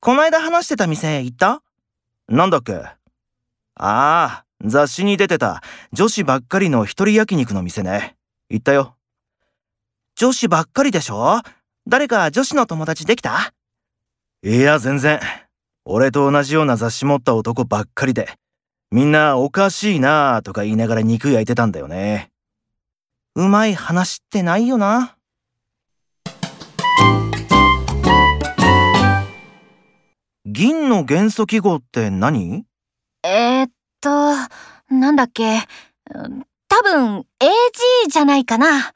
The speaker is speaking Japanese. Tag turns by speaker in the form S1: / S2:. S1: こないだ話してた店行った
S2: なんだっけああ、雑誌に出てた女子ばっかりの一人焼肉の店ね。行ったよ。
S1: 女子ばっかりでしょ誰か女子の友達できた
S2: いや、全然。俺と同じような雑誌持った男ばっかりで、みんなおかしいなぁとか言いながら肉焼いてたんだよね。
S1: うまい話ってないよな。
S2: 銀の元素記号って何
S3: えー、っと、なんだっけ。多分、AG じゃないかな。